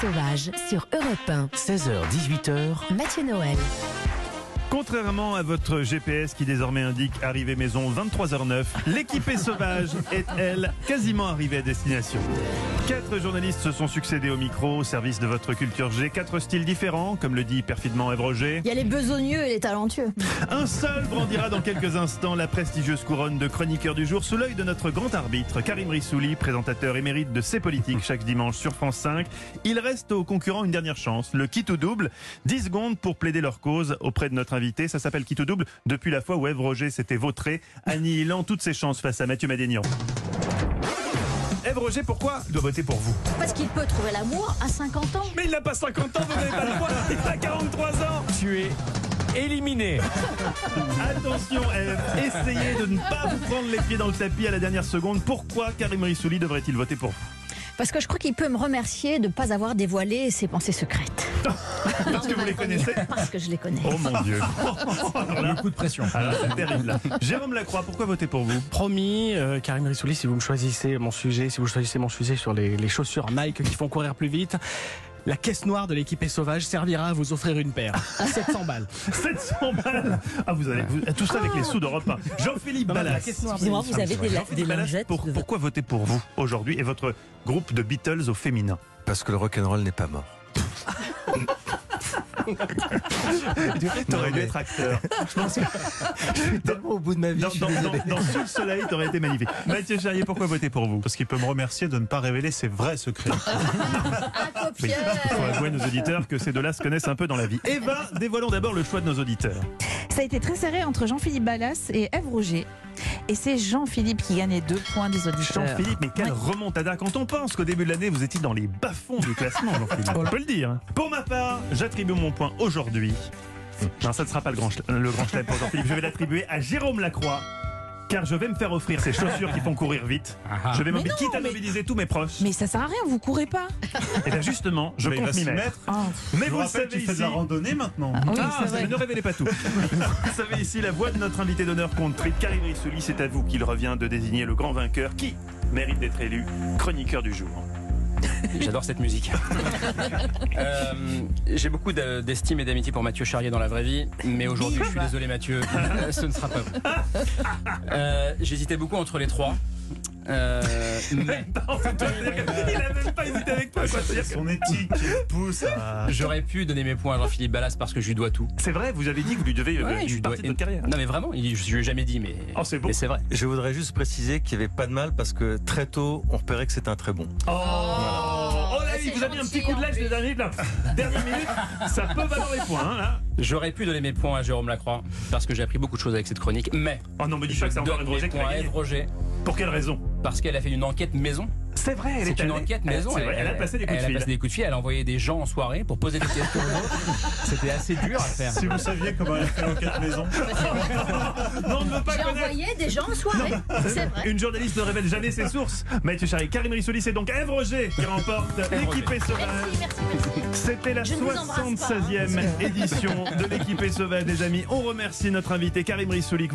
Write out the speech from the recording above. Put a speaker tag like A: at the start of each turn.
A: sauvage sur Europe 1.
B: 16h-18h,
A: Mathieu Noël.
C: Contrairement à votre GPS qui désormais indique arrivée maison 23h09, l'équipée sauvage est, elle, quasiment arrivée à destination. Quatre journalistes se sont succédés au micro au service de votre culture G. Quatre styles différents, comme le dit perfidement Ève Roger.
D: Il y a les besogneux et les talentueux.
C: Un seul brandira dans quelques instants la prestigieuse couronne de chroniqueur du jour sous l'œil de notre grand arbitre, Karim Rissouli, présentateur émérite de C'est Politique chaque dimanche sur France 5. Il reste aux concurrents une dernière chance, le kit ou double. 10 secondes pour plaider leur cause auprès de notre invité. Ça s'appelle kit ou double depuis la fois où Ève Roger s'était vautré, annihilant toutes ses chances face à Mathieu Madénian. Ève Roger, pourquoi doit voter pour vous
D: Parce qu'il peut trouver l'amour à 50 ans.
E: Mais il n'a pas 50 ans, vous n'avez pas le droit, il a 43 ans Tu es éliminé
C: Attention, Ève, essayez de ne pas vous prendre les pieds dans le tapis à la dernière seconde. Pourquoi Karim Rissouli devrait-il voter pour vous
D: Parce que je crois qu'il peut me remercier de ne pas avoir dévoilé ses pensées secrètes.
C: Parce que vous les connaissez
D: Parce que je les connais.
C: Oh mon Dieu
F: Beaucoup de pression.
C: Ah, c'est terrible là. Jérôme Lacroix, pourquoi voter pour vous
G: Promis, euh, Karim Rissouli, si vous me choisissez mon sujet, si vous choisissez mon sujet sur les, les chaussures Nike qui font courir plus vite, la caisse noire de l'équipe est sauvage servira à vous offrir une paire à 700 balles.
C: 700 balles Ah, vous allez. vous- tout ça avec les sous d'Europe 1. Jean-Philippe Ballas.
H: Excusez-moi, vous avez des, la- des
C: Ballas,
H: lingettes
C: pour-
H: de-
C: pourquoi voter pour vous aujourd'hui et votre groupe de Beatles au féminin
B: parce que le rock'n'roll n'est pas mort.
C: T'aurais dû
B: mais-
C: être acteur.
B: Tellement au bout de ma vie,
C: Dans,
B: je suis
C: dans- dans-
B: désolé.
C: dans Sous le soleil, t'aurais été magnifique. Mathieu Charrier, pourquoi voter pour vous
I: Parce qu'il peut me remercier de ne pas révéler ses vrais secrets.
D: Un
C: Il faut avouer à nos auditeurs que ces deux-là se connaissent un peu dans la vie. Eh ben, dévoilons d'abord le choix de nos auditeurs.
J: Ça a été très serré entre Jean-Philippe Ballas et Ève Roger. Et c'est Jean-Philippe qui gagne les deux points des auditeurs.
C: Jean-Philippe, mais quelle remontada quand on pense qu'au début de l'année, vous étiez dans les bas-fonds du classement, Jean-Philippe. On peut le dire. Pour ma part, j'attribue mon point aujourd'hui. Non, ça ne sera pas le grand, chle- le grand chelem pour Jean-Philippe. Je vais l'attribuer à Jérôme Lacroix. Car je vais me faire offrir ces chaussures qui font courir vite.
I: Ah
C: Je vais mobiliser, quitte à mobiliser tous mes proches.
J: Mais ça sert à rien, vous courez pas.
C: Et bien justement, je
I: Mais il va
C: compte m'y
I: s'y
C: mettre.
I: mettre.
J: Ah,
C: Mais
I: Je vous
C: vous le
I: rappelle
C: savez
I: qu'il fait de
C: ici,
I: la randonnée maintenant.
J: oui,
C: Ah,
J: c'est vrai.
C: ne révélez pas tout. Vous savez ici la voix de notre invité d'honneur compte tri. Karim Rissouli, c'est à vous qu'il revient de désigner le grand vainqueur qui mérite d'être élu chroniqueur du jour.
F: J'adore cette musique. Euh, J'ai beaucoup de- d'estime et d'amitié pour Mathieu Charrier dans la vraie vie, mais aujourd'hui, je suis désolé Mathieu, ce ne sera pas vrai. Euh, J'hésitais beaucoup entre les trois. Euh, mais
C: Non, c'est toi, c'est-à-dire que Il a même pas hésité avec toi. quoi. C'est-à-dire que-
I: Son éthique pousse à.
F: j'aurais pu donner mes points à Jean-Philippe Ballas parce que je lui dois tout.
C: C'est vrai, vous avez dit que vous lui devez euh,
F: Ouais, je
C: une
F: lui dois
C: partie de votre
F: éno-
C: carrière.
F: Non mais vraiment, il- je ne lui ai jamais dit, mais
C: Oh, c'est beau.
F: mais c'est vrai.
B: Je voudrais juste préciser qu'il n'y avait pas de mal parce que très tôt, on repérait que c'était un très bon.
C: Oh, oh là, il
D: c'est
C: vous a mis un petit
D: gentil,
C: coup de
D: en
C: lèche des derniers, là. dernière minute. Ça peut valoir les points. hein, là.
F: J'aurais pu donner mes points à Jérôme Lacroix parce que j'ai appris beaucoup de choses avec cette chronique, mais
C: Oh non, mais dis
F: je
C: pas que c'est encore
F: donne
C: un
F: mes
C: projet qui
F: points à
C: va
F: Eve Roger
C: Pour quelle raison
F: parce qu'elle a fait une enquête maison.
C: C'est vrai, elle
F: C'est une enquête maison.
C: c'est vrai, elle a passé des coups de
F: Elle a
C: fil.
F: passé des coups de fil. Elle a envoyé des gens en soirée pour poser des questions. aux autres. C'était assez dur à faire.
I: Si vous saviez comment elle a fait l'enquête maison.
C: Non, on ne veut pas
D: J'ai
C: connaître.
D: envoyé des gens en soirée. C'est vrai.
C: Une journaliste ne révèle jamais ses sources. Mathieu Charry, Karim Rissouli, c'est donc Ève Roger qui remporte l'équipée sauvage.
D: Merci, merci, merci.
C: C'était la
D: Je ne vous embrasse pas, hein.
C: 76e édition de l'équipée sauvage, les amis. On remercie notre invité Karim Rissouli.